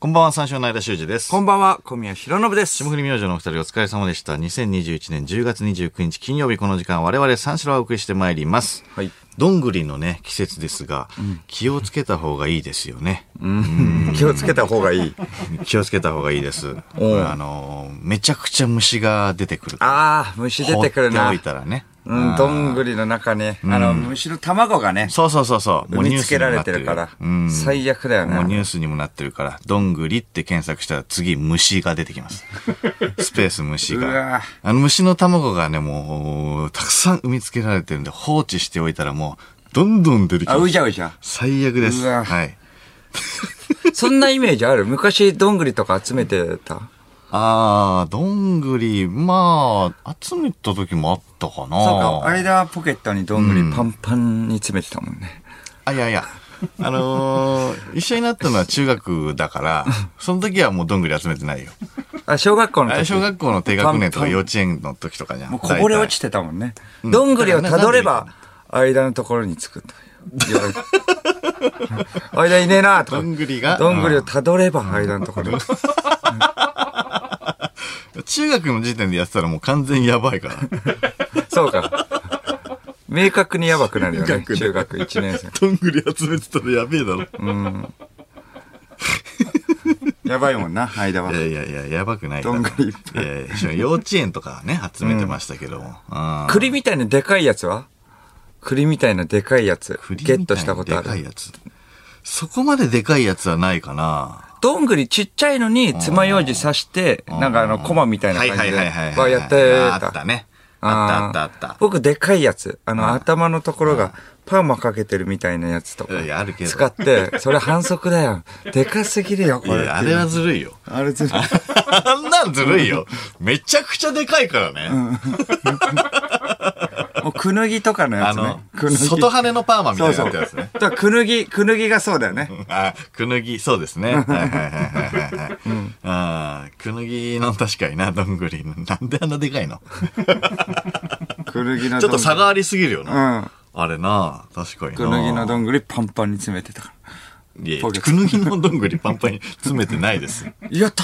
こんばんは、三四郎の間修二です。こんばんは、小宮浩信です。霜降り明星のお二人お疲れ様でした。2021年10月29日金曜日この時間、我々三四郎をお送りしてまいります。はい。どんぐりのね、季節ですが、気をつけた方がいいですよね。気をつけた方がいい。気をつけた方がいいです。これあのー、めちゃくちゃ虫が出てくる。ああ、虫出てくる放っなておい。たらね。うん、どんぐりの中に、あの、虫の卵がね、そうそうそうそう。産みつけられてもうるニュースにもかなっらてるうん。、最悪だよもうニね。ュースにもなってるから、どんぐりって検索したら次虫が出てき ます。スペース虫うわが。あの虫の卵がね、もう、たくさん産みつけられてるんで、放置しておいたらもう、どんどん出てきまあ、うじす。ゃうじゃ。最悪です。うわはい。そんなイメージある昔、どんぐりとか集めてた。あー、どんぐり、まあ、集めた時もあったかな。そうか、間ポケットにどんぐりパンパンに詰めてたもんね。あ、いやいや。あの ー、一緒になったのは中学だから、その時はもうどんぐり集めてないよ。あ、小学校のあ れ時。小学校の低学年とパかンパン幼稚園の時とかじゃん。もうこぼれ落ちてたもんね。どんぐりをたどれば、間のところに着くという言われて。 間いねえなとか。どんぐりがどんぐりをたどれば間のところに着く。中学の時点でやってたらもう完全にやばい から。そうか。明確にやばくなるよね。中学1年生。どんぐり集めてたらやべえだろ。。やばいもんな、間はいやいやいや、やばくないだろどんぐりいっぱいやいや一緒に幼稚園とかね、集めてましたけども。うん栗みたいなでかいやつは栗みたいなでかいやつ。栗みゲいッにトしたことあでかいる。やつ。そこまででかいやつはないかな。どんぐりちっちゃいのに爪楊枝刺して、なんかあの、コマみたいなはい感はじいで。はいはい。はやってあた。ったね。ああーったあったあった。僕、でかいやつ。あの、頭のところが、パーマかけてるみたいなやつとか。いやあるけど使って、それ反則だよ。でかすぎるよ、こいやれ。いやあれはずるいよ。あれずるい。あんなんずるいよ。めちゃくちゃでかいからね。 もう、くぬぎとかのやあつねの。、くぬぎ。外羽のパーマみたそいうになってそう。だるやつね。からくぬぎ、くぬぎがそうだよね。あ、くぬぎ、そうですね。はいはいはいはいはい。あーくぬぎの確かにな、どんぐりの。なんであんなでかいのくぬぎのちょっと差探がありすぎるよな。うんあれな、確かにな。くぬぎのどんぐりパンパンに詰めてたかいやポケットくぬぎのどんぐりパンパンに詰めてない です。ら。やった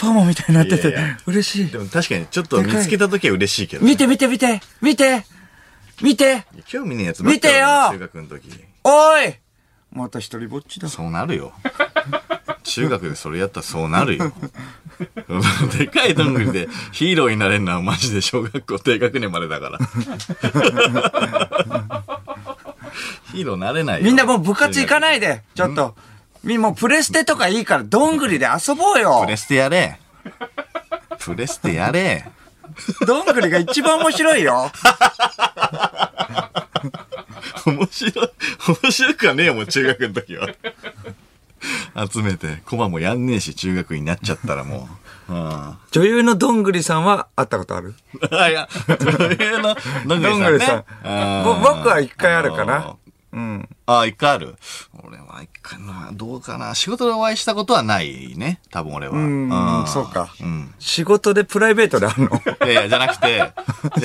パーマみたいになっていてやいや、嬉しいで。も確かにちょっと見つけた時は嬉しいけど。見て見て見て見て見て興味ねえやつばっかりだな中見学の時。おいまた一人ぼっちだ。そうなるよ。中学でそれやったらそうなるよ。 でかいどんぐりでヒーローになれるのはマジで小学校低学年までだから。 ヒーローなれないよ。みんなもう部活行かないいで、ちょっと。み、もうプレステとかいいから、どんぐりで遊ぼうよプ。レステやれ。プレステやれ。どんぐりが一番面白いよ。面白い、面白くはねえよ、もう中学の時は。集めて、コマもやんねえし、中学になっちゃったらもう。うん女優のどんぐりさんは会ったことあるあ、いや、女優の、どんぐどりさん、んぐりね。さん。ぼ僕は一回あるかな。うん。あー。あー、一回ある。俺は一回な、どうかな。仕事でお会いしたことはないね。多分俺は。うんん、そうかうん。仕事でプライベートであるのいやいや、じゃなく て、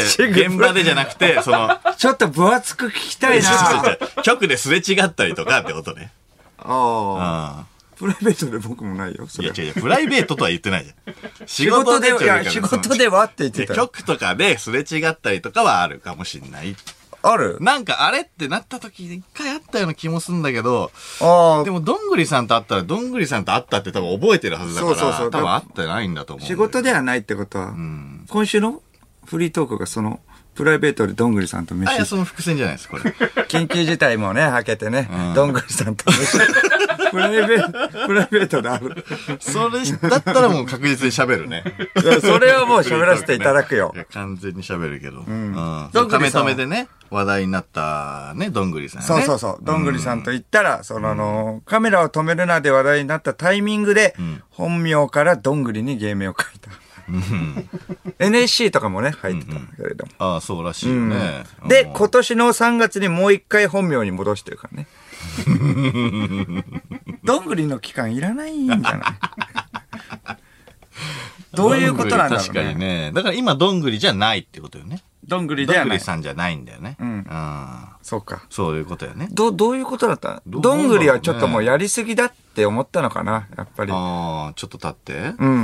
仕で事現場でじゃなくて、その、 ちょっと分厚く聞き たいな。局ですれ違ったりとかってことね。うん。ああ。いプライベートで僕もないよ、それや、。違う違う、プライベートとは言ってないじゃん。仕 仕事で、いって言うや、から仕その事ではって言っいてやたよ。局とかですれ違ったりとかはあるかもしんない。あるなんかあれってなった時に一回あったような気もするんだけど、あであ。も、どんぐりさんと会ったら、どんぐりさんと会ったって多分覚えてるはずだから、そうそうそう多分会ってないんだと思う。仕事ではないってことは、今週のフリートークがその、プライベートでどんぐりさんとあ、い飯や、その伏線じゃないです、これ。緊急事態もね、はけてね、どんぐりさんと 飯プライベート、プライベートである。それだったらもう確実に喋るね。いや それはもう 喋らせていただくよい。や、完全に喋るけど。うん。どどんんぐぐりりさんさん。め止めでね、話題になったね、どんぐりさんね。そうそうそう。どんぐりさんと言ったら、その、あの、カメラを止めるなで話題になったタイミングで、本名からどんぐりに芸名を書いた。NSC とかもね、入ってたけれども。ああ、そうらしいよね。うんで、今年の3月にもう一回本名に戻して るからね。どんぐりの期間いらないんじ ゃないどういうことなんだろどうんぐり確かにね。ね。だから今、どんぐりじゃないってことよね。どんぐりどではんぐなりい。さんじゃないんだよね。うんん。そうか。そういうことやね。ど、どういうことだったどうどんぐりはちょっとなんだろうねもうやりすぎだって思ったのかな、やっぱり。ああ、ちょっと経って。ううーん。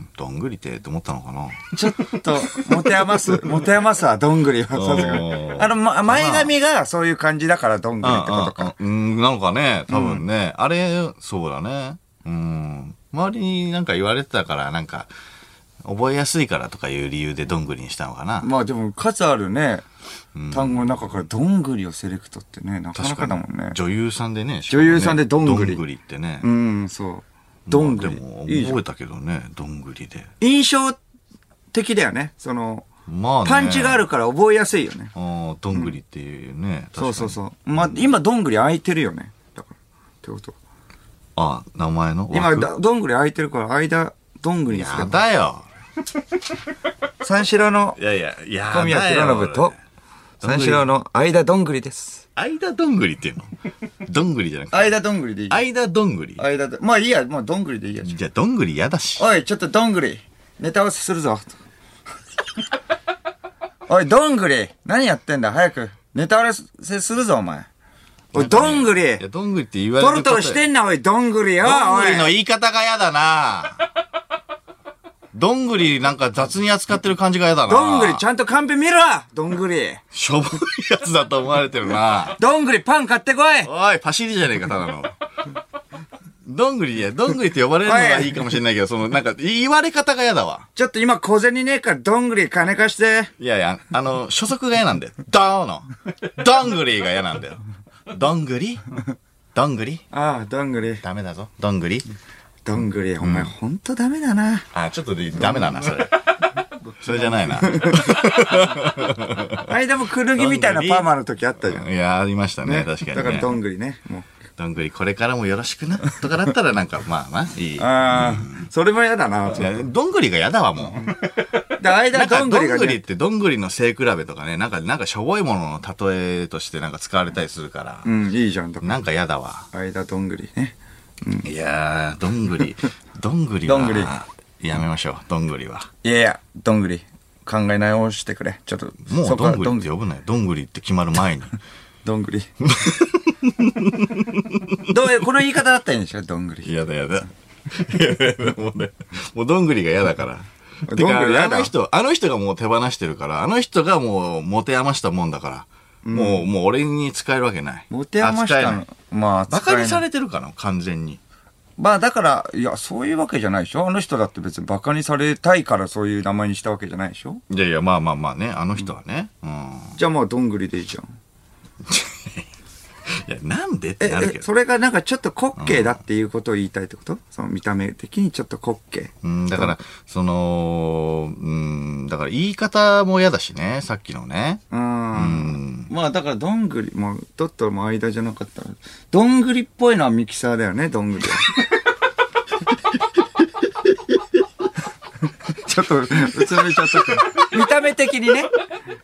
ん、どんぐりってと思ったのかな。ちょっと、持て 余す、持て余すわ、どんぐりは。おさすがーあの、ま、前髪がそういう感じだから、どんぐりってことか。うんうんうん、なんかね、多分ね、あれ、そうだね。うん。周りになんか言われてたから、なんか、覚えやすいからとかいう理由でどんぐりにしたのかな。まあでも、数あるね、単語の中からどんぐりをセレクトってね、なか確なかかだもにんね。女優さんでね。女優さんでどんぐりどんぐりってね。うん、そう。どんぐまありでも、。いいじゃん覚えたけどね、どんぐりで。印象的だよね。その、まあね。パンチがあるから覚えやすいよね。あー。どんぐりっていうね。そうそうう。そう。まあ、今、どんぐり空いてるよね。だから。ってこと。あ、名前の今、枠だどんぐり空いてるから、間、どんぐりにすやる。だよ。三四郎のいやいや、いや小宮浩信と、三四郎の間どんぐりです。間どんぐりって いうのどんぐりじゃなくて。間どんぐりでいい間どんぐり間ど、まあいいや、もうどんぐりでいいや。じゃあ、どんぐり嫌だし。おい、ちょっとどんぐり、ネタ合わせす るぞ。おい、どんぐり、何やってんだ、早く。ネタ合わせするぞ、お前。おい、どんぐりい、や、どんぐりって言われトるロことトロしてんな、おい、どんぐりよ、どんおぐりのい。言い方が嫌だ などんぐりなんか雑に扱ってる感じが嫌だなどんぐり、ちゃんとカンペ見ろどんぐり。しょぼいやつだと思われてるなどんぐり、パン買ってこいおい、パシリじゃねえか、ただの。どんぐり、いや、どんぐりって呼ばれるのはいいかもしれないけど、その、なんか、言われ方が嫌だわ。ちょっと今小銭ねえから、どんぐり金貸して。いやいや、あの、所属が嫌なんだよ。どーの。どんぐりが嫌なんだよ。どんぐりどんぐりああ、どんぐり。ダメだぞ。どんぐりどんぐり、お前ほんとダメだな。あ、ちょっとでダメだな、それ。それじゃないな。間もくるぎみたいなパーマの時あったじゃん。いや、ありましたね、確かに、ね。だからどんぐりね。も。。どんぐりこれからもよろしくな、とかだったらなんか、まあまあ、いいうああ、それも嫌だな。いやどんぐりが嫌だわ、もう。で、間なんか、どどんんぐりがぐりっね。てどんぐりの背比べとかね、なんか、なんかしょぼいものの例えとしてなんか使われたりするからう、ん、いいじゃん。だかなんか嫌だわ。ら間どんぐりね。いやー、どんぐり、 どんぐりは、どんぐりやめましょう、どんぐりは。いやいや、どんぐり。考え直してくれ。ちょっと、もそうこはどんぐりって呼ぶなよ。どんぐりって決まる 前に。どんぐり。 どういう、この言い方だったらいいんでしょどんぐり。やだやだ。 いやいやもうね、もうどんぐりが嫌だから。どんてぐりか、嫌あだの人、あの人がもう手放してるから、あの人がもう持て余したもんだから、もう、もう俺に使えるわけない。持て余した扱えなのい。まあ、バカにされれてるかな、完全に。まあだから、いや、そういうわけじゃないでしょあの人だって別にバカにされたいからそういう名前にしたわけじゃないでしょいやいや、まあまあまあね、あの人はね。うん。じゃあもうどんぐりでいいじゃん。いや、なんでってえなるけえ、どそ。れがなんかちょっと滑稽だっていうことを言いたいってこと、その見た目的にちょっと滑稽。うん、だから、その、うん、だから言い方も嫌だしね、さっきのね。う。うんん。まあだからどんぐり、まあ、だったらもう間じゃなかったら、どんぐりっぽいのはミキサーだよね、どんぐり は。ちょっと、うつむいちゃったから。見た目的にね、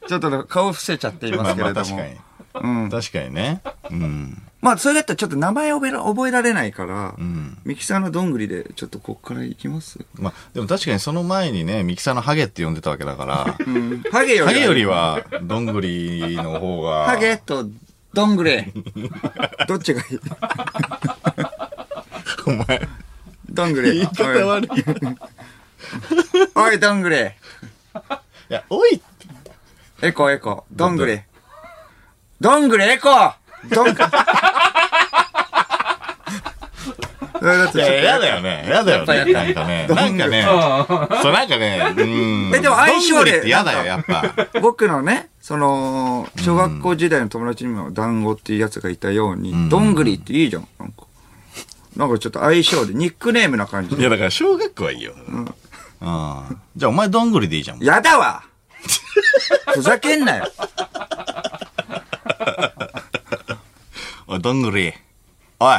ちょっと顔伏せちゃっていますけれども。まあまあうん。確かにね。うん。まあ、それだったらちょっと名前覚えら覚えられないから、うん。ミキサーのどんぐりで、ちょっとこっから行きますまあ、でも確かにその前にね、ミキサーのハゲって呼んでたわけだかうん。 ハゲよら、りハゲよりは、どんぐりの方が、ハゲとどん ぐり。どっちがいいお前、どんぐり。言い方悪い。い おいおい、どんぐり。や、おいエコエコ。どんぐり。どんぐりエコどんぐり。それだと いちょっ とや、やだよね。やだよやっね。ぱなんかね、なんかね、そう、なんかね、うん。えでも相性でどんぐりってやだよ、やっぱ。僕のね、その、小学校時代の友達にも団子っていうやつがいたように、んどんぐりっていいじゃん。なんか、なんかちょっと相性で、ニックネームな感じいで。や、だから小学校はいいよ。うん。じゃあ、お前どんぐりでいいじゃん。や だわふざけんなよおい、どんぐり。おい、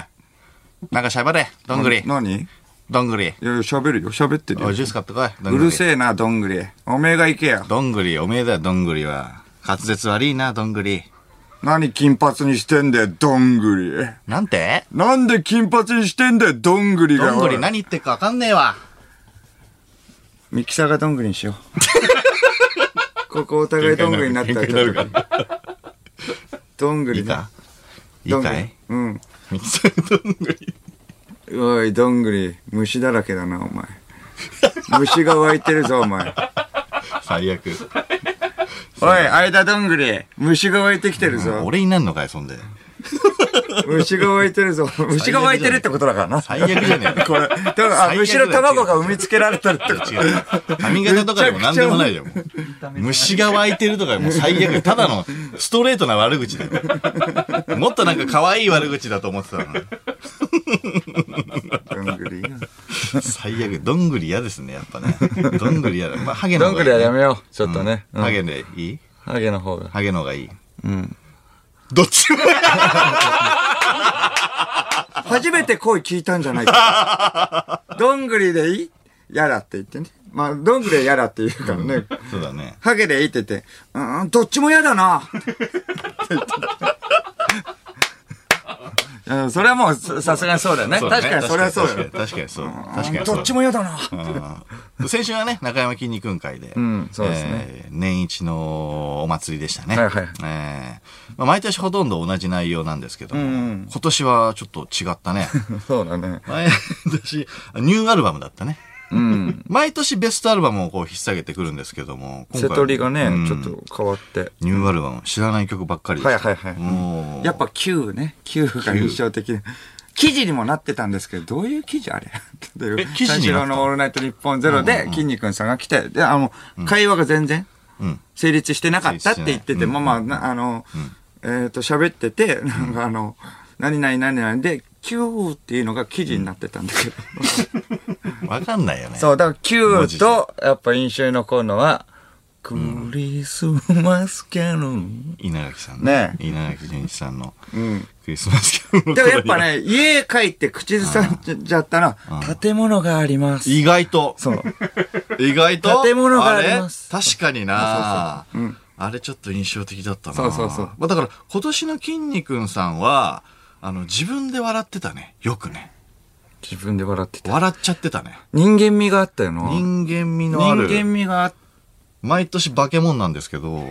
なんかしゃべれ、どんぐり。何いどんぐり。やいや、喋るよ、喋ってるよおい、。ジュース買ってこい、どんうぐり。るせえな、どんぐり。おめえが行けや。どんぐり、おめえだよ、どんぐりは。滑舌悪いな、どんぐり。何金髪にしてんだよ、どんぐり。なんてなんで金髪にしてんだよ、どんぐりが。どんぐりおい何言ってっかわかんねえわ。ミキサーがどんぐりにし よう。ここお互いどんぐりになったらちょっと。どんぐいりいねかいいどんぐかりいうん。ミキさんどんぐり。おい、どんぐり、虫だらけだな、お前。虫が湧いてるぞ、お前。最悪。おい、間どんぐり、虫が湧いてきてるぞ。俺になんのかい、そんで。虫が湧いてるぞ。虫が湧いてるってことだからな。最悪じゃねえか。 これ、だからあ最悪だよ虫の卵が産みつけられてるってこと。違う。髪型とかでも何でもないよ。もう虫が湧いてるとかもう最悪。ただのストレートな悪口だよ。もっとなんか可愛い悪口だと思ってたのに。どんぐり。最悪。どんぐり嫌ですね、やっぱね。どんぐり嫌だ。まあ、ハゲのどん方がぐいい、りはやめよう。ちょっとね。うんうんハゲでいいハゲの方が。ハゲの方がいい。うん。どっちも 初めて声聞いたんじゃないか。どんぐりでいいやだって言ってね。まあ、どんぐりはやだって言うからね。そうだね。ハゲでいいって言って、うーん、どっちも嫌だな。って言ってうん、それはもうささすがにそうだよね。そうだ確ねかにそれはそうだよ確。かに確かにそう。確かにそう。どっちも嫌だな。うん先週はね、中山筋肉運会で、んそうですねえー年一のお祭りでしたね。はいはいえーまあ、毎年ほとんど同じ内容なんですけども、うんうん今年はちょっと違った ね。そうだね。毎年、ニューアルバムだったね。うん。毎年ベストアルバムをこう引っ提げてくるんですけども、今瀬回戸りがね、うんちょっと変わって。ニューアルバム、知らない曲ばっかりではいした。はいはい。もうやっぱ Q ね。Q が印象的で。記事にもなってたんですけど、どういう記事あれって いうえ記事になった三四郎のオールナイトニッポンゼロで、筋肉さんが来て、で、あの、会話が全然うん、成立してなかったって言っ成立しててなて、いまあまあな、あの、えっと、喋ってて、なんかあの、何々何々で、Q っていうのが記事になってたんだけど。わかんないよね。そう、だからマ Q ジでと、やっぱ印象に残るのは、クリスマスキャノン。稲垣さんねえ稲垣潤一さんのうん。クリスマスキャンでもやっぱ。ね、家帰って口ずさんじゃったらうん、建物があります。意外と。そう。意外と建物がありますあれ確かになそうそうそううんあれちょっと印象的だったなそうそうそうまあ、だから今年の筋肉さんはあの自分で笑ってたねよくね自分で笑ってた。笑っちゃってたね人間味があったよな。人間味のある人間味があっ毎年化け物なんですけ ど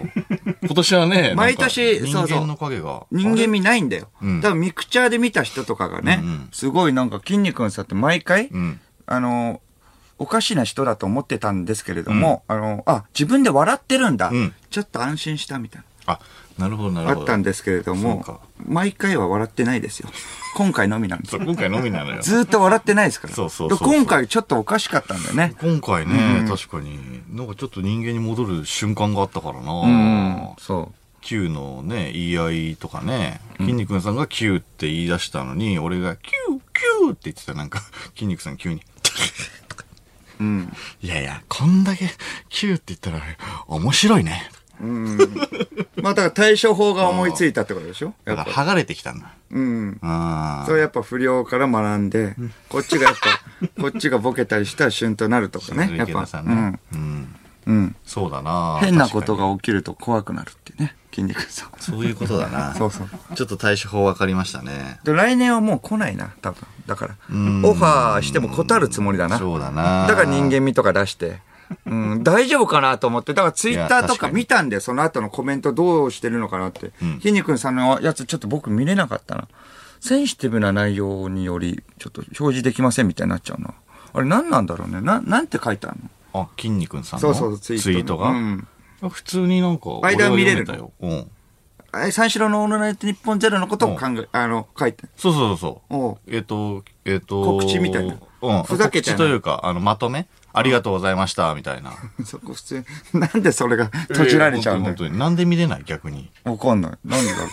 今年はねなんか毎年人そうそう間の影が人間味ないんだよ。うんだからミクチャーで見た人とかがね、うんうんすごいなんか筋肉さんって毎回、うんあの、おかしな人だと思ってたんですけれども、あの、あ、自分で笑ってるんだ。うんちょっと安心したみたいな。あなるほどなるあほどったんですけれどもそうか、毎回は笑ってないですよ。今回のみなんですそうよ。今回のみなのよずーっと笑ってないですから。そうそうそうそうで今回ちょっとおかしかったんだよね。今回ね、確かになんかちょっと人間に戻る瞬間があったからな、うん。そ Q のね言い合いとかね筋肉さんが Q って言い出したのに、俺が Q Q って言ってたらなんか 筋肉さん急にう。うん。 「いやいやこんだけ Q って言ったら面白いねうん。まあだから対処法が思いついたってことでしょ」やだっかぱら。剥がれてきたんだうん。あそれやっぱ不良から学んで、こっちがやっぱ、 こっちがボケたりしたら旬となるとかね。やっ池田ぱさ、んうねん、うん、うん。そうだな変なこと確かが起きると怖くなるってね、筋肉さん。にそういうことだな そうそう。ちょっと対処法分かりましたねで来年はもう来ないな、多分。だからん、オファーしても断るつもりだな。そうだなだから人間味とか 出して。うん、大丈夫かなと思って。だからツイッタいーとや確かかに見たんで、その後のコメントどうしてるのかなって。ひにくんさんのやつちょっと僕見れなかったな。センシティブな内容により、ちょっと表示できませんみたいになっちゃうな。あれ何なんだろうね。な、なんて書いてあるのあ筋肉さんのそうそうツツイイーートトが、うん普通になんか俺間はは見れ読めるのたよ、うん、あれ三四郎のオールナイト日本ゼロのことを考え、あの、書いて。そうそうそうそう。おうえっ、と、えっ、と、告知みたいなうん。ふざけちゃ告知うというか、あの、まとめ、ありがとうございました、みたいな。そこ普通に、なんでそれが閉じられちゃうんだ本よ当。に。なんで見れない逆に。わかんない。なんでだろ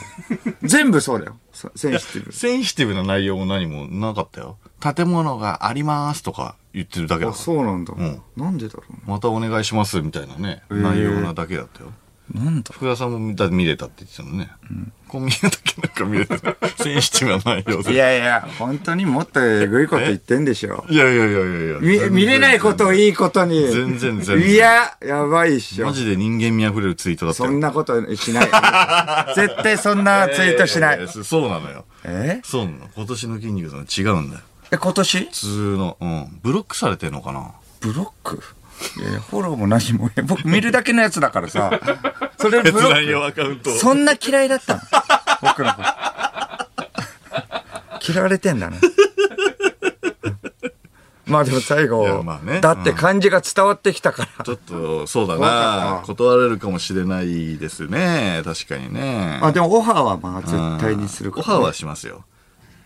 う。全部そうだよ。そセンシティブ。センシティブな内容も何もなかったよ。建物がありますとか言ってるだけだあ、からそうなんだ。んなんでだろうねまたお願いします、みたいなね。ー内容なだけだったよ。なんだ福田さんも見た見れたって言ってたのね。コンビニだけなんか見れてない。 センシティブな内容で。いやいや、本当にもっとえぐいこと言ってんでしょ。いやいやいやいやいや。見、見れないことをいいことに。全然全然いや、やばいっしょマ。ジで人間味あふれるツイートだったそよんなことしない。 絶対そんなツイートしないや。ややそうなのよ。 えそうなの。今年の筋肉さん違うんだよ。え、今年普通の。うん。ブロックされてんのかなブロックいやいや、フォローも何も。 え僕見るだけのやつだからさ。それをブロック。アカウントそんな嫌いだったの僕のこと嫌われてんだねまあでも最いや後、まあねだって漢字が伝わってきたから、ちょっと、そうだ怖かっなた。断られるかもしれないですね。確かにね。まあでもオファーはまあ絶対にするから、オファーはしますよ。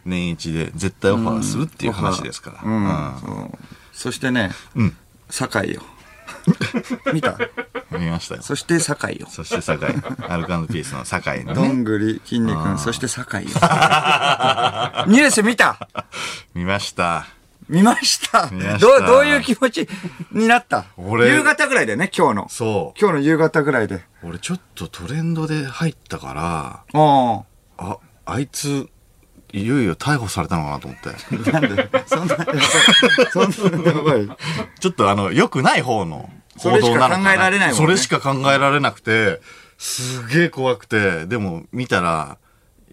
年一で絶対オファーするっていう話ですから。うんうんそうそしてね、ん 酒井よ見たわかりましたよ。そして酒井よそして酒井。アルカンドピースの酒井どね。んぐり筋肉君そして酒 井よニュース見た見ました。見ました見ましたどうどういう気持ちになった俺夕方ぐらいだよね今日のそ今日の夕方ぐらいでう。俺ちょっとトレンドで入ったから、あああ、あいつ、いよいよ逮捕されたのかなと思って。なんでそんな、 そんな、やばい。ちょっとあの、良くない方のそ報れしか道なのかな。考えられないもんねそれしか考えられなくて、すげえ怖くて、でも見たら、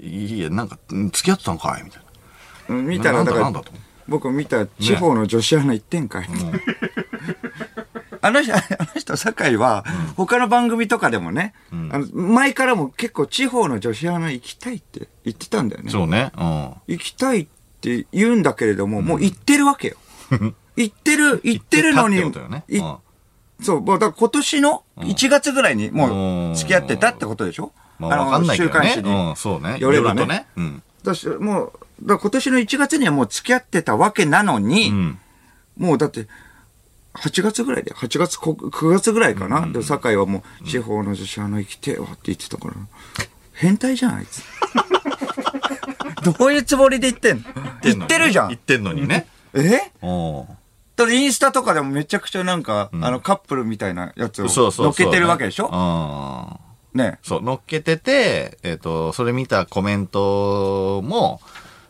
いや、なんか、ん付き合ってたのかいみたいな。うん見たななんら、だだかなんらだと思、僕見た地方の女子アナ行ってんかい。 あの人、あの人、酒井は、他の番組とかでもね、あの前からも結構地方の女子アナ行きたいって言ってたんだよね。そうね。うん。行きたいって言うんだけれども、もう行ってるわけよ。行ってる、行ってるのに、言ってたってことよいね。うんそう、もうだから今年の1月ぐらいにもう付き合ってたってことでしょまあ、わかんないけどあのね週。刊誌にうん、そうね。よればねいろいろとうん。私、もう、だから今年の1月にはもう付き合ってたわけなのに、うん。もうだって、8月ぐらいで、8月、こ9月ぐらいかな。で、酒井はもう、地方の女子あの生きてえわって言ってたから、変態じゃん、あい つ。どういうつもりで言ってんの言ってるじゃ言んっ。てんのにね。えおだってインスタとかでもめちゃくちゃなんか、あのカップルみたいなやつをうそうそう。乗っけてるわけでしょうん。ねそう、乗っけてて、えっ、と、それ見たコメントも、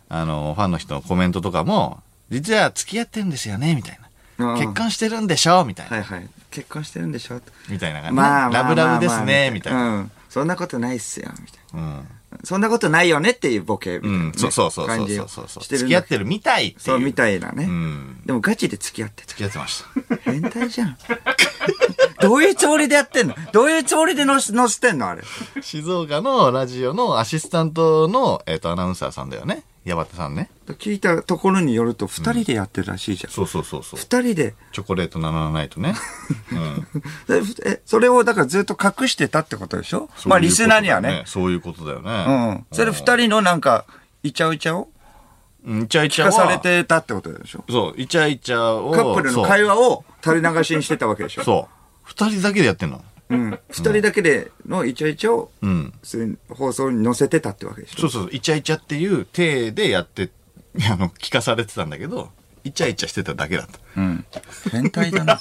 あの、ファンの人のコメントとかも、実は付き合ってるんですよね、みたいうんな。結婚してるんでしょみたいな。はいはい。結婚してるんでしょみたいな感じ、まあまあまあラブラブですね、みたいな。うん。そんなことないっすよ、みたいな。うん。そんなことないよねっていうボケみたういなね、ん。そうそうそうそうそうそう感じをして付るんだき合ってるみたいっていう。そうみい。たいなね、うん。でもガチで付き合ってた付き合ってました。 変態じゃん どういうつもりでやってんのどういうつもりでのせのせてんのあれ静岡のラジオのアシスタントの、えっ、と、アナウンサーさんだよね。矢端さんね。聞いたところによると2人でやってるらしいじゃん、そうそうそうそう。 2人でチョコレート77と ね。うん。でふえそれをだからずっと隠してたってことでしょまあリスナーにはねそういうことだよね。うんそれ2人のなんかイチャイチャをうんイチャイチャ聞はかされてたってことでしょそう、イチャイチャを。カップルの会話を垂れ流しにしてたわけでしそう。ょそう。二人だけでやってんの。う、ん、2人だけでのイチャイチャをうん。普通に放送に載せてたってわけでしょそうそうそう、イチャイチャっていう体でやって、 あの、聞かされてたんだけど、イチャイチャしてただけだった。うん。変態だな。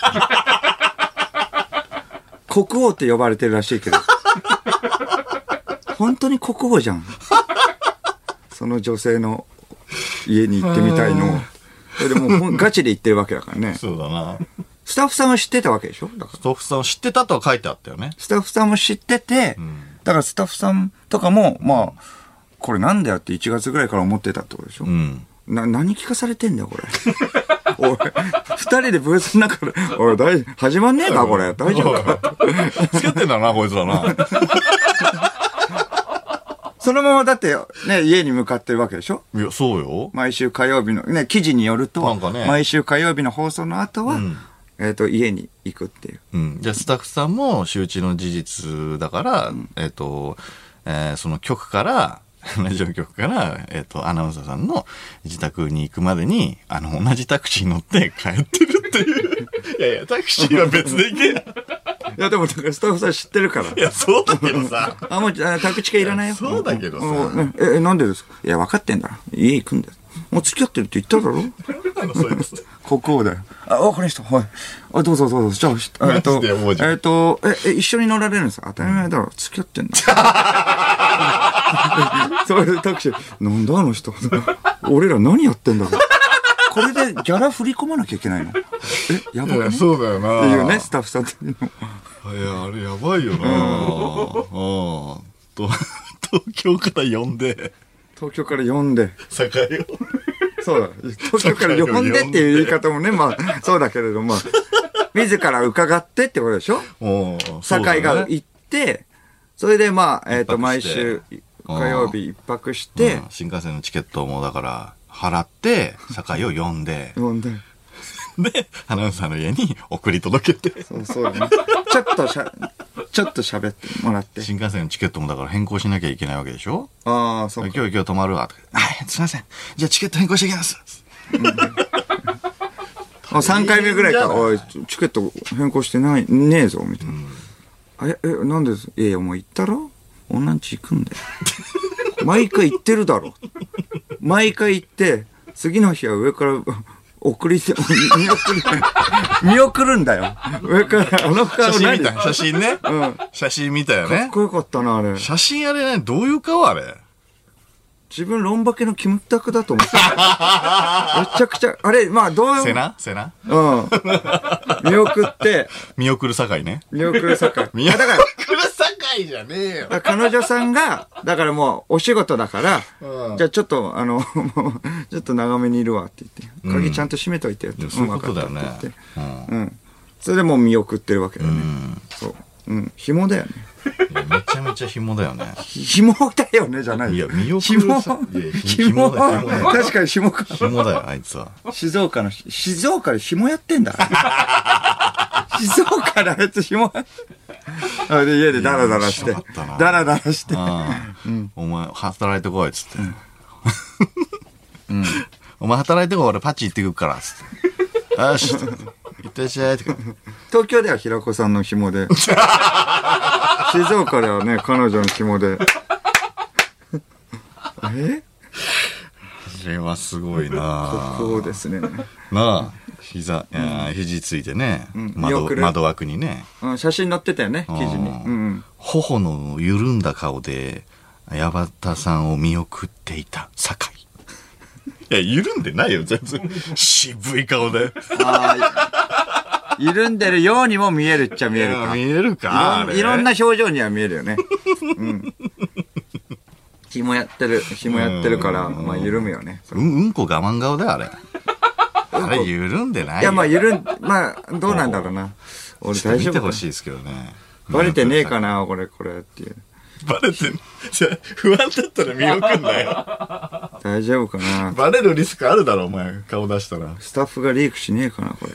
国王って呼ばれてるらしいけど。本当に国王じゃん。その女性の家に行ってみたいのを。それでもうほんガチで行ってるわけだからね。そうだな。スタッフさんは知ってたわけでしょだからスタッフさんを知ってたとは書いてあったよね。スタッフさんも知ってて、だからスタッフさんとかも、まあ、これなんだよって1月ぐらいから思ってたってことでしょ、うん。な、何聞かされてんだよ、これ。 おい、二人でブースの中で、おい、大始まんねえか、これ。大丈夫か。 つけてんだな、こいつらな。そのままだって、ね、家に向かってるわけでしょいや、そうよ。毎週火曜日の、ね、記事によると、なんかね毎週火曜日の放送の後は、んえっ、と、家に行くっていう。うん。じゃあ、スタッフさんも周知の事実だから、えっ、と、えーその局から、 ラジオ局から、えっ、と、アナウンサーさんの自宅に行くまでに、あの、同じタクシーに乗って帰ってるっていう。 いやいや、タクシーは別で行けや。 いや、でも、だからスタッフさん知ってるからい。や、そうだけどさ。あ、もう、あ宅地系いらないよ。そうだけどさうんうんえ、えなんでですかいや、分かってんだ。家行くんだよ。もう付き合ってるって言っただろあの、そういうこと国王だよ。あ、わかりました。はい。あ、どうぞどうぞ。じゃあし、えっマと、ジで思うじゃんえっと、え、え一緒に乗られるんですか当たり前だろ。付き合ってんだ。それでタクシー、なんだあの人。俺ら何やってんだろう。これでギャラ振り込まなきゃいけないのえ、やばくねってそうだよないうね、スタッフさんっていうの。いや、あれやばいよな。うん。と、 東京から呼ん で、東京から呼んで。栄を。そうだ。東京から呼んでっていう言い方もね、まあ、そうだけれども、自ら伺ってってことでしょもう、そうだ酒ね井が行って、それでまあ、えっ、と、一泊毎して週火曜日一泊してうん、新幹線のチケットもだから払って酒井を呼ん で飲んで。でアナウンサーの家に送り届けてそうそうよね。ちょっとしゃ、ちょっと喋ってもらって。新幹線のチケットもだから変更しなきゃいけないわけでしょああ、そ今う日か。今日泊まるわとかはいすいませんじゃあチケット変更してきますあ3回目ぐらいから、おい、チケット変更してない、ねえぞ、みたいな。あれえ、なんでですいやいや、もう行ったろ女んち行くんだよ。毎回行ってるだろ。毎回行って、次の日は上から、 送りて、 見送る。見送るんだよ。上から、あの顔 写真見何たか写真ね、ん写真見たよねっこよかったな、あれ。写真あれねどういう顔あれ自分、ロンバケのキムタクだと思ってた。めちゃくちゃ、あれ、まあ、どう背中背中うん。見送って、見送る酒井ね見送る酒井。見送る酒井じゃねえよだから彼女さんが、だからもうお仕事だから、じゃあちょっと、あの、 もうちょっと長めにいるわって言って、鍵ちゃんと閉めといてよって、でもそういうことだよねんわかったって言ってうん。それでもう見送ってるわけだよね。そう。うん。紐だよね。いやめちゃめちゃ紐だよねひ紐だよね、じゃない。いや見送る紐。さいやひ紐。紐だよ紐だよ確かに紐か。紐だよあいつは静岡の、静岡で紐やってんだ。 静岡であいつ紐やあれで家でダラダラしていや面白かったな、ダラダラして、うんお前働いてこいっつって、 お前働いてこい俺パチ行ってくるからっつってよし行ってらっしゃいとか東京では平子さんの 紐で、静岡ではね、彼女の紐で。えそれはすごいなそうですね。なあ膝、いやー肘ついてね、ん見窓送る窓枠にねうん、写真載ってたよね、記事に。あーうんうん。頬の緩んだ顔で矢端さんを見送っていた酒井いや緩んでないよ全然渋い顔であー緩んでるようにも見えるっちゃ見えるか。見えるかいろんいろんなな表情には見えるよね。うん。紐やってる、紐やってるから、うんまあ緩むよね。うんうんこ我慢顔だよあ れあれ緩んでないいや、まあ緩ん、まあどうなんだろうな。俺ちょっ大と丈見て夫ほかしいですけどねバレてねえかな、これ、これっていう。バレてじゃあ不安だったら見送んなよ大丈夫かな。バレるリスクあるだろお前顔出したらスタッフがリークしねえかな、これ。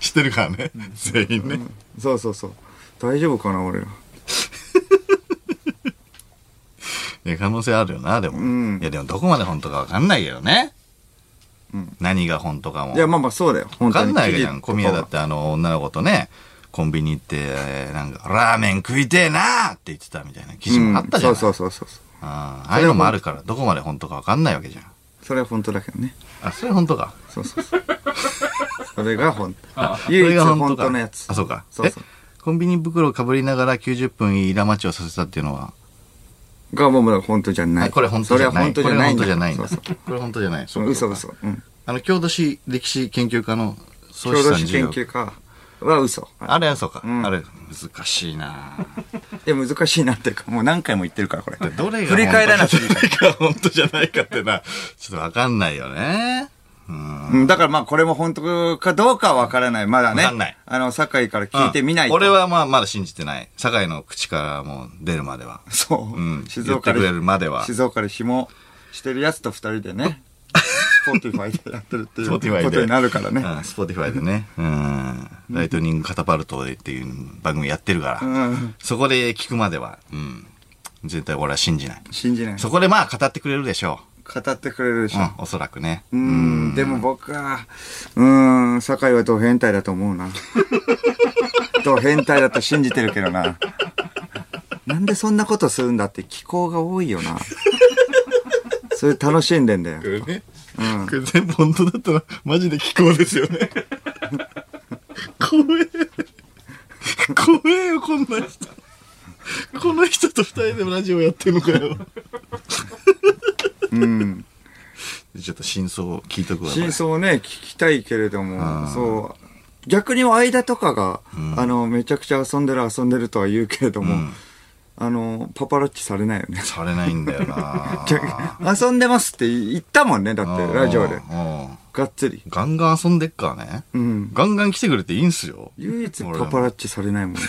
してるからね全員ねそうそうそう。大丈夫かな、俺は。いや可能性あるよなでも、うんいやでもどこまで本当か分かんないけどね、何が本当かもいや、まあまあ、そうだよ。本分当かに。んないわけじゃ記ん事とか小は宮だってあの女の子とねコンビニ行ってえーなんかラーメン食いてえなって言ってたみたいな記事もあったじゃん、うんそうそうそうそう。あーああいうのもあるからどこまで本当か分かんないわけじゃんそれは本当だけどね。あそれ本当かそうそうそう。それが本当。そ唯れ一が本当のやつ。あ、そうか。そうそうえコンビニ袋をかぶりながら90分イラ待ちをさせたっていうのは、がもうもう本当じゃない。あこれ本当じゃない。それは本当じゃないんこれ本当だ。じゃないんだそうこれ本当じゃない。そう。嘘嘘。うん。あの、郷土史歴史研究家の総共司さ同ん史研究家は嘘。あれはそうか。んあれ、難しいなで、難しいなっていうか、もう何回も言ってるから、これ。どれが振り返らなくていい本当どれが本当じゃないかってな、ちょっとわかんないよね。うん。うん、だからまあ、これも本当かどうかはわからない。まだね。わかんないあの、酒井から聞いてみないと。俺はまあ、まだ信じてない。酒井の口からもう出るまでは。そう。うん静岡で。言ってくれるまでは静岡で紐してるやつと二人 でね。スポーティファイでやってるっていうこ Spotify でとになるからね。スポティファイでね。うん。ライトニングカタパルトでっていう番組やってるから。うん。そこで聞くまでは、うん。絶対俺は信じない。信じない。そこでまあ語ってくれるでしょ語ってくれるでしう。うょん。、おそらくね。うーん、でも僕は、うーん、酒井はド変態だと思う な。ド変態だと信じてるけどな。なんでそんなことするんだって気候が多いよな。それ楽しんでんだよ。れね。これ全部本当だったら、マジで気候ですよね。怖え。怖えよ、こんな人。この人と二人でラジオやってるのかよ。うん。ちょっと真相を聞いとくわ。これ真相をね、聞きたいけれども、そう。逆に間とかが、あの、めちゃくちゃ遊んでる遊んでるとは言うけれども、あの、パパラッチされないよね。されないんだよな遊んでますって言ったもんね、だって、 ラジオでう。んうんがっつり。ガンガン遊んでっからね。うん。ガンガン来てくれていいんすよ。唯一パパラッチされないもんね。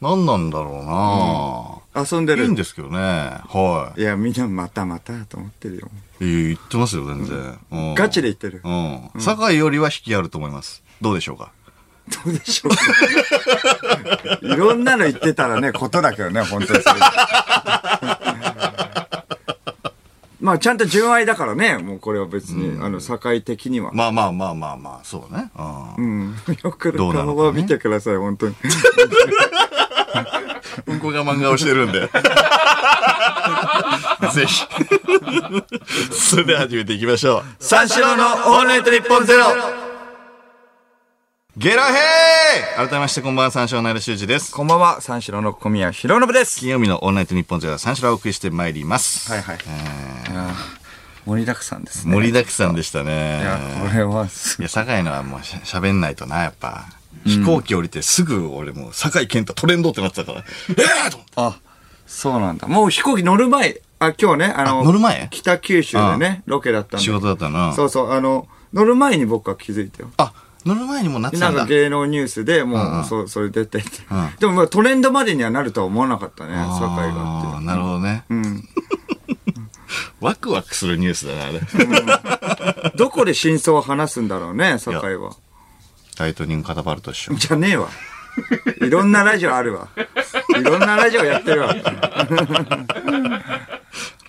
何なんだろうな、遊んでいいんる。ですけどね。はいや、みんなまたまたと思ってるよ。い。いや言ってますよ、全然。うんガチで言ってる。うん。酒井よりは引きあると思います。どうでしょうかどうでしょうか。いろんなの言ってたらね、ことだけどね、本当にそれ。まあ、ちゃんと純愛だからね、もうこれは別に、あの、境的には。まあまあまあまあまあ、そうね。う。うんん。よくどうなのかね顔を見てください、本当に。うんこが漫画をしてるんで。 ぜひ。 それでは始めていきましょう。三四郎のオールナイト日本ゼロゲラヘイ改めましてこんばんは、三章の間修二です。こんばんは、三四郎の小宮浩信です。金曜日のオンライト日本勢は三種をお送りしてまいります。はいはいえー盛りだくさんですね。盛りだだくさんでしたくさん。ね。これはいすや、酒井のはもうしゃしゃべんないとな、やっぱ。飛行機降りてすぐ俺もう酒井健太トレンドってなってたから。えーと思ってあ、そうなんだ。もう飛行機乗る前、あ、今日ね、あの、あ乗る前北九州でね、ロケだったんで。仕事だったな。そうそう、あの、乗る前に僕は気づいたよ。あ、乗る前にもうなっでてなたんんかだ。芸能ニュースでもう、うんうんそう、それ出てってうんでもまあトレンドまでにはなるとは思わなかったね、あー酒井がって。なるほどね。 うん。ワクワクするニュースだな、あれ。どこで真相を話すんだろうね、酒井は。タイトニングカタパルトっ しょ。じゃねえわ。いろんなラジオあるわ。いろんなラジオやってる わ。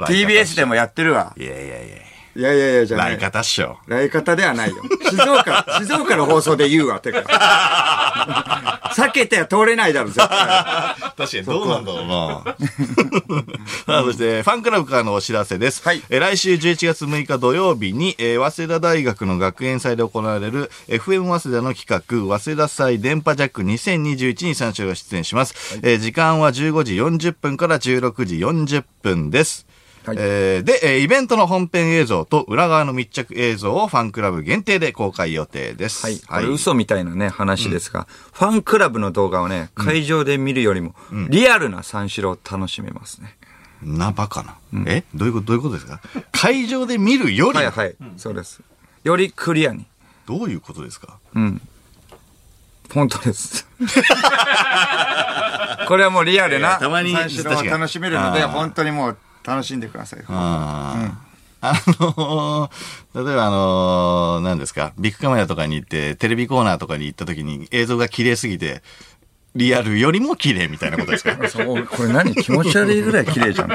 TBS でもやってるわ。いやいやいや。いやいやいや、じゃなラいイ。カタっしょ。ライ方ではないよ。静岡、静岡の放送で言うわ、てか。避けては通れないだろ、絶対。確かにどうなんだろうな。 さあ、そして、ファンクラブからのお知らせです。はいえー来週11月6日土曜日に、えー早稲田大学の学園祭で行われる、FM 早稲田の企画、早稲田祭電波ジャック2021に参照が出演します。えー時間は15時40分から16時40分です。はいえーで、えーイベントの本編映像と裏側の密着映像をファンクラブ限定で公開予定です。はい。これ嘘みたいなね、話ですが、ファンクラブの動画をね、会場で見るよりも、リアルな三四郎を楽しめますね。な、バカな。えどういうこと、どういうことですか会場で見るより、はいはい。そうです。よりクリアに。どういうことですかうん。本当 です。これはもうリアルいなやたまに三四郎を確かに楽しめるので、あー本当にもう楽しんでください。 あのー例えばあのー何ですか、ビッグカメラとかに行って、テレビコーナーとかに行った時に映像が綺麗すぎて、リアルよりも綺麗みたいなことですか そうこれ何気持ち悪いぐらい綺麗じゃん。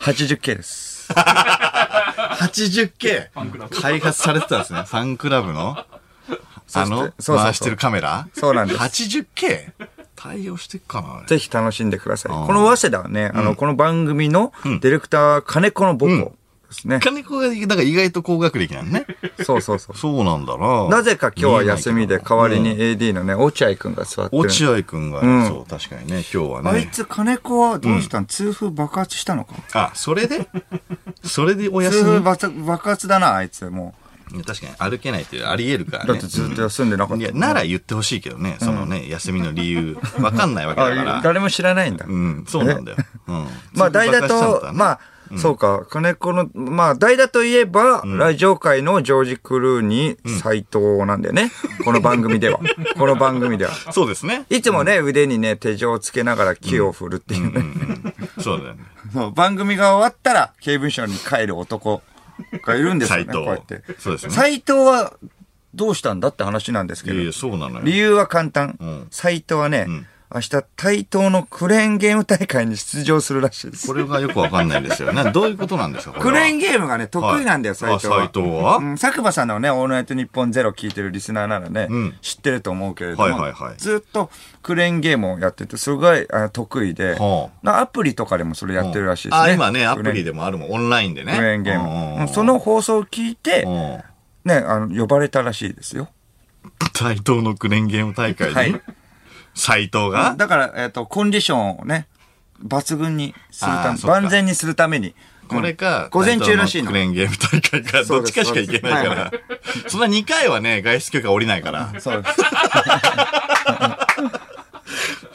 80K です。 ?80K! 開発されてたんです ね。ファンクラブの、そあしての、そうそうそう回してるカメラそうなんです 80K? 対応してっかなあれぜひ楽しんでくださあーい。この早稲田はね、あの、この番組のディレクター、金子の母校ですね。金子が、だから意外と高学歴なんね。そうそうそう。そうなんだな。なぜか今日は休みで代わりうん。に AD のね、落合くんが座ってる。落合くんが、うんそう、確かにね、今日はね。あいつ金子はどうしたん痛風爆発したのかあ、それ でそれでお痛休風み爆爆発だな、あいつもいや確かに歩けないってあり得るからね。う。だってずっと休んでなかっいや、た。なら言ってほしいけどね、そのね、休みの理由、わかんないわけだか あ、ら。誰も知らないんだう。ん、そうなんだよ。うん。まあ、代打と、まあ、あ、そうか、金子の、まあ、代打といえば、ラジオ界のジョージ・クルーニー、斎藤なんだよね。この番組では。この番組では。そうですね。いつもね、腕にね、手錠をつけながら木を振るっていううんうね。ん そうだよね。そう番組が終わったら、刑務所に帰る男がいるんですよね、斎藤こうやって。そうですね斎藤は、どうしたんだって話なんですけいどやい。や、そうなの理よ。由は簡単ん。斎、藤はね、ん明日、対等のクレーンゲーム大会に出場するらしいですこ。れがよくわかんないんですよね。どういうことなんですかクレーンンゲームがね、得意なんだよ、斎藤は。斎藤はうん、佐久間さんのね、オールナイトニッポンゼロ聞いてるリスナーならね、うん知ってると思うけれども、はいはいはいずっとクレーンゲームをやってて、すごいあ得意で、はなアプリとかでもそれやってるらしいですね。あ、今ね、アプリで。でもあるもん、オンラインでね。クレーンゲーム。うんその放送を聞いて、うん、ね、あの、呼ばれたらしいですよ。斎藤のクレーンゲーム大会はいに、斎藤がだから、えっ、と、コンディションをね、抜群にするたあーめ、そっか万全にするために。これか、午前中らしいのクレーンゲーム大会か、そどうっちですかしか行けないかはいはら。そんな2回はね、外出許可下りないから。そうです。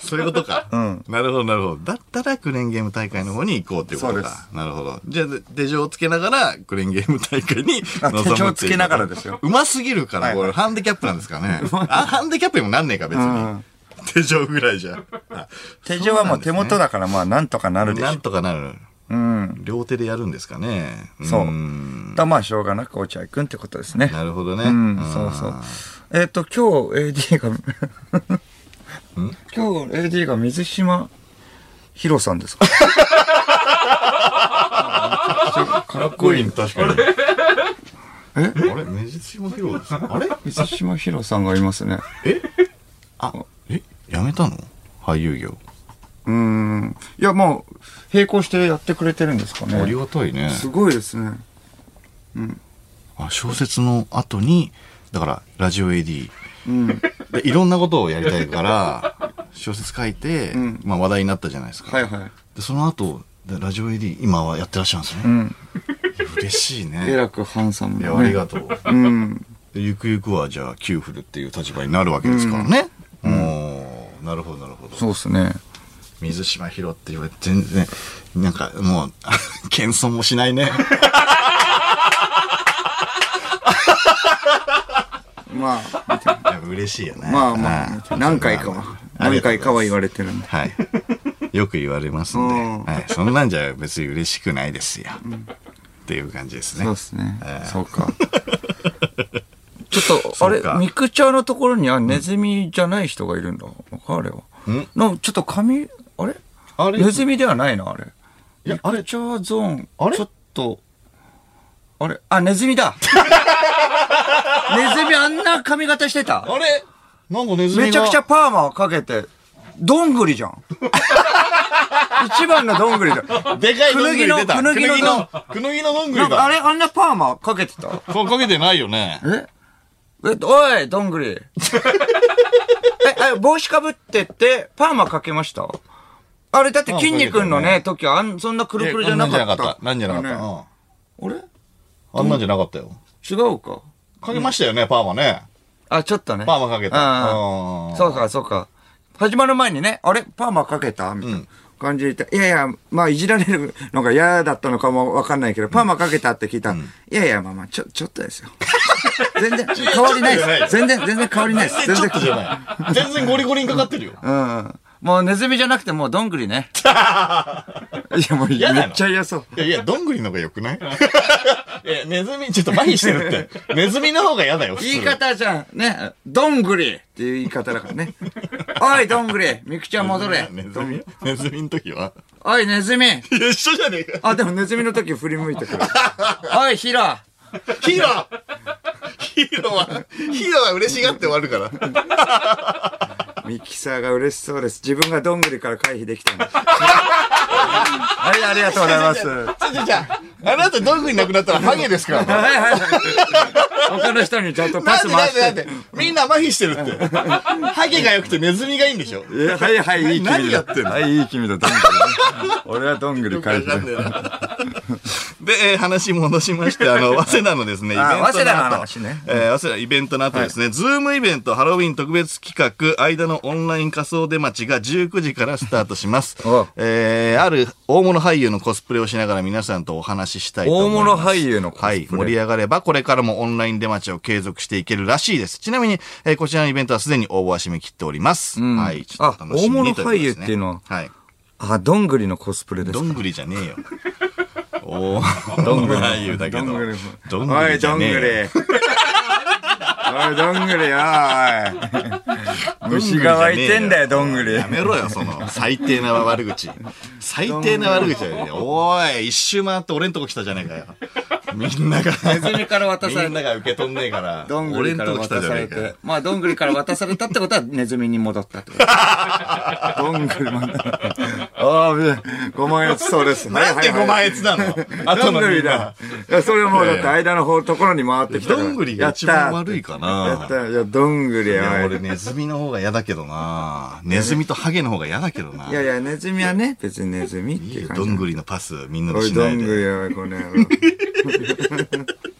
そういうこと か。んなるほど、なるほど。だったらクレーンゲーム大会の方に行こうっていうことそうでかす。なるほど。じゃあ、手錠をつけながら、クレーンゲーム大会に臨あむっていう。 手錠つけながらですようますぎるかはら、いはいこれ、ハンデキャップなんですかね。あ、ハンデキャップにもなんねえか、別うに。ん。手錠ぐらいじゃん。あ手錠はもう手元だから、まあ、なんとかなるでしなょん。とかなる。うん。両手でやるんですかね。そうんだまあ、しょうがなく落合くんってことですね。なるほどね。うんん、そうそう。えっ、と、今日 AD が今日 AD が水島ヒロさんですかかっこいい、確かに。えあれ水島ヒロあれ水島ヒロさんがいますね。あ、えやめたの俳優業。うーん。いや、もう、並行してやってくれてるんですかありね。がたいね。すごいですね。あ小説の後に、だから、ラジオ AD。うん。でいろんなことをやりたい から、小説書いて、んまあ話題になったじゃないですか。はいはい。で、その後、でラジオ AD、今はやってらっしゃるんですうね。ん。嬉しいね。えらくハンサいムな、や、ね。ありがとう。とう。うん。でゆくゆくは、じゃあ、キューフルっていう立場になるわけですからね。おーなるほど、なるほど。そうですね。水島ひろって言われて、全然、なんかもう、 謙遜もしない ね。まあ、いや嬉しいよね。まあまあ、うん何回かまあは、まあ何回かは言われれてるんで。はい。よく言われますんで、うんはい、そんなんじゃ別に嬉しくないですよ。っていう感じですねそうで。すねえ。えそう か。ちょっと、あそうれか、ミクチャーのところにはネズミじゃない人がいるんだ。彼は。んの、ちょっと髪、あれあネズミではないな、あれ。いやミクチャーゾーン。あれちょっと、あれあ、ネズ ミだネズミあんな髪型してたあれなんかネズミが。めちゃくちゃパーマかけて、どんぐり じゃん。一番のどんぐりだ。でかいどんぐり出た。くぬぎくのぬぎの、くぬぎのどんぐなりんかだ。あれ、あんなパーマかけてたそうかけてないよね。ええ、おい、どん ぐり。え、え、帽子かぶってって、パーマかけましたあれ、だって、筋肉のね、時は、あん、そんなくるくるじゃなかった。なんじゃなかった。なんじゃなねかっあれた。うんあんなんじゃなかったよ。違うか。かけましたよね、パーマね。あ、ちょっとね。パーマかけた。うんうんそうか、そうか。始まる前にね、あれパーマかけたみたいな感じで言って、いやいや、まあ、いじられるのが嫌だったのかもわかんないけど、パーマかけたって聞いたら、いやいや、まあまあ、ちょ、ちょっとですよ。 全然、変わりないです。全然、全然変わりないです。全ちょっ然とじゃない。全然ゴリゴリにかかってるよ。うん。もうネズミじゃなくてもうどんぐり ね。いやもうめ嫌なのっちゃ嫌そう。いやいや、どんぐりの方が良くない いや、ネズミ、ちょっと麻痺してる って。ネズミの方が嫌だよ、普通言い方じゃん。ね。どんぐりっていう言い方だから ね。おい、どんぐりみくちゃん戻れ。ネズミネズミの時はおい、ネズミいや、一緒じゃねえか。あ、でもネズミの時振り向いてくる。おい、ヒロヒーローヒーローは、ヒーローは嬉しがって終わるから。ミキサーが嬉しそうです。自分がどんぐりから回避できたんです。 はい、ありがとうございます。はいじゃじゃあなたどんぐりなくなったらハゲですから。はいはい。他の人にちゃんと パなんスでな回んでなんして。でみんな麻痺してるって。ハゲが良くてネズミがいいんでしょいやはいはい、いい君だ。何やってんのはい、いい君だ、どんぐりね。俺はどんぐり回避だ。 で、えー話戻しまして、あ の、早稲田のですね、イベントの後。早稲田の話ねえー早稲田イベントの後ですね、ズームイベントハロウィン特別企画、間のオンライン仮想出待ちが19時からスタートします おう。えーある大物俳優のコスプレをしながら皆さんとお話ししたいと思います。大物俳優のコスプレはい。盛り上がれば、これからもオンライン出待ちを継続していけるらしいです。ちなみに、えーこちらのイベントはすでに応募は締め切っております。んはい。ちょっと楽しみにとこあ大物と俳ですね優っていうのははい。あ、どんぐりのコスプレですどか。んぐりじゃねえ よ。おー、どんぐり俳優だけど。どんぐりどんぐおい、りじどゃんぐねり。おえよ。い、どんぐりよ、おい。虫が湧いてんだよ、どんぐり。やめろよ、その、最低な悪口。 最低な悪口だよね。おい、一周回って俺んとこ来たじゃねえかよ。みんなが。ネズミから渡さ れみんなが受け取んねえから。どんぐりから俺んとこ来た渡じゃさねれえかよて。。まあ、どんぐりから渡されたってことは、 ネズミに戻ったってこと。 どんぐりまで。ああ、危ない。5万円つそうです。はいなんではい5は万い円つなのど後んのぐみりんなだ。。いや、それはもうだって間の方、ところに回ってきたかどら。んぐりが一番悪いかやったー。やなった。ー。いや、どんぐりいやよ。俺ネズミの方が嫌だけどなネズミとハゲの方が嫌だけどないやいや、ネズミはね、別にネズミっていいいよう感じ。どんぐりのパスみんなおでい、しどないんでぐりやばい、この野郎。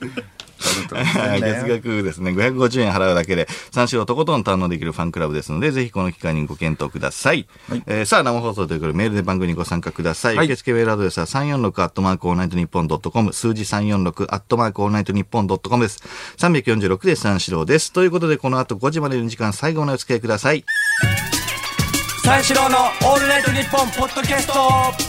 月額ですね、550円払うだけで、三四郎とことん堪能できるファンクラブですので、ぜひこの機会にご検討ください。えーさあ、生放送ということで、メールで番組にご参加ください。はい受付メールアドレスは346アットマークオールナイトニッポンドットコム、数字346アットマークオールナイトニッポンドットコムです。346で三四郎です。ということで、この後5時までの時間、最後までお付き合いください。三四郎のオールナイトニッポンポッドキャスト